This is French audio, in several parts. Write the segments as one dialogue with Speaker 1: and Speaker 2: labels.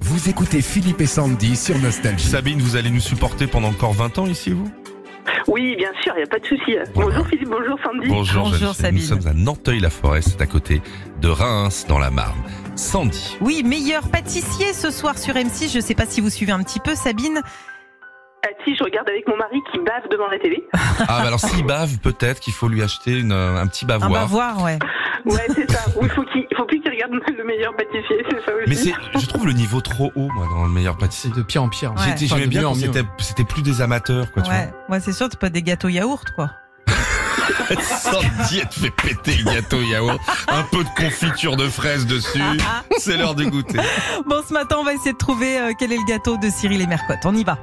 Speaker 1: Vous écoutez Philippe et Sandy sur Nostalgie.
Speaker 2: Sabine, vous allez nous supporter pendant encore 20 ans ici, vous
Speaker 3: Oui, bien sûr, il n'y a pas de souci. Bonjour Philippe, bonjour Sandy.
Speaker 2: Bonjour,
Speaker 4: Bonjour,
Speaker 2: Jeanne. Nous
Speaker 4: Sabine.
Speaker 2: sommes à Nanteuil-la-Forêt, c'est à côté de Reims, dans la Marne. Sandy,
Speaker 4: Oui, meilleur pâtissier ce soir sur M6. Je sais pas si vous suivez un petit peu, Sabine.
Speaker 3: Ah, si, je regarde avec mon mari qui bave devant la télé.
Speaker 2: ah bah alors s'il bave, peut-être qu'il faut lui acheter une, euh, un petit
Speaker 4: Un
Speaker 2: bavoir.
Speaker 4: bavoir, Ah bah, ouais.
Speaker 3: Ouais, c'est ça. Ou faut qu'il faut plus qu'il regarde le meilleur pâtissier, c'est ça aussi.
Speaker 2: Mais c'est, je trouve le niveau trop haut, moi, dans le meilleur pâtissier.
Speaker 5: C'est de pire en pire.
Speaker 4: Ouais.
Speaker 2: J'étais,
Speaker 5: Enfin,
Speaker 2: j'aimais
Speaker 5: de
Speaker 2: bien
Speaker 5: mieux en
Speaker 2: quand
Speaker 5: mieux.
Speaker 2: c'était, c'était plus des amateurs, quoi, tu
Speaker 4: ouais. Ouais, c'est sûr, t'es pas des gâteaux yaourt, quoi.
Speaker 2: vois. Sandy, elle te fait péter le gâteau yaourt. Un peu de confiture de fraises dessus.
Speaker 4: Ah,
Speaker 2: C'est l'heure de goûter.
Speaker 4: Bon, ce matin, on va essayer de trouver euh, quel est le gâteau de Cyril et Mercotte. On y va.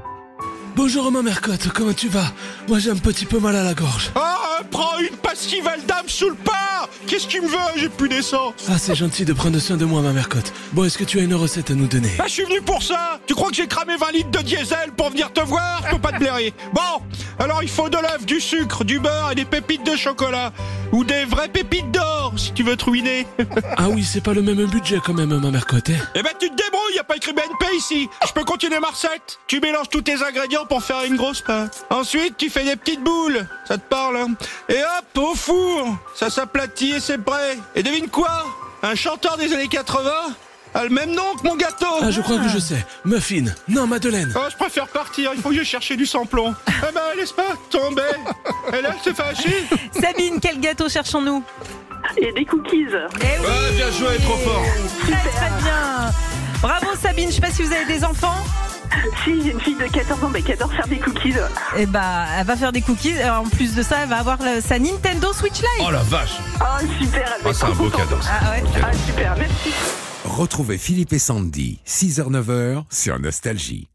Speaker 6: Bonjour Romain Mercotte, comment tu vas Moi j'ai un petit peu mal à la gorge.
Speaker 7: Ah, prends une pastille Valdame sous le pas Ah, Qu'est-ce qu'il me veut J'ai plus d'essence
Speaker 6: Ah c'est gentil de prendre soin de moi ma Mercotte. Bon est-ce que tu as une recette à nous donner
Speaker 7: Bah, je suis venu pour ça Tu crois que j'ai cramé 20 litres de diesel pour venir te voir Je peux pas te blairer Bon, alors il faut de l'œuf, du sucre, du beurre et des pépites de chocolat. Ou des vraies pépites d'or, si tu veux te ruiner.
Speaker 6: Ah oui c'est pas le même budget quand même ma Mercotte. hein.
Speaker 7: Eh ben, tu te débrouilles, y a pas écrit BNP ici Je peux continuer ma recette Tu mélanges tous tes ingrédients pour faire une grosse pâte. Ensuite, tu fais des petites boules, ça te parle, hein Et hop, au four Ça s'aplatit et c'est prêt Et devine quoi Un chanteur des années 80 a le même nom que mon gâteau
Speaker 6: Ah je crois que je sais. Muffin. Non Madeleine.
Speaker 7: Oh, je préfère partir, il faut que je chercher du samplon. Eh ben, laisse pas tomber Et là, c'est fâché
Speaker 4: Sabine, quel gâteau cherchons-nous
Speaker 3: Et des cookies.
Speaker 4: Eh oui
Speaker 2: Ouais, Ah, bien joué, trop fort.
Speaker 4: Très, très bien Bravo Sabine, je sais pas si vous avez des enfants.
Speaker 3: Si, j'ai une fille de 14 ans, mais qui adore faire des cookies.
Speaker 4: Eh bah, elle va faire des cookies. Euh, En plus de ça, elle va avoir le- sa Nintendo Switch Lite.
Speaker 2: Oh la vache.
Speaker 3: Ah, super, elle va
Speaker 2: Ah,
Speaker 3: être
Speaker 2: c'est un
Speaker 3: trop
Speaker 2: beau
Speaker 3: contente.
Speaker 2: cadeau. ça.
Speaker 4: Ah ouais.
Speaker 3: Ah, super, merci.
Speaker 1: Retrouvez Philippe et Sandy, 6h-9h sur Nostalgie.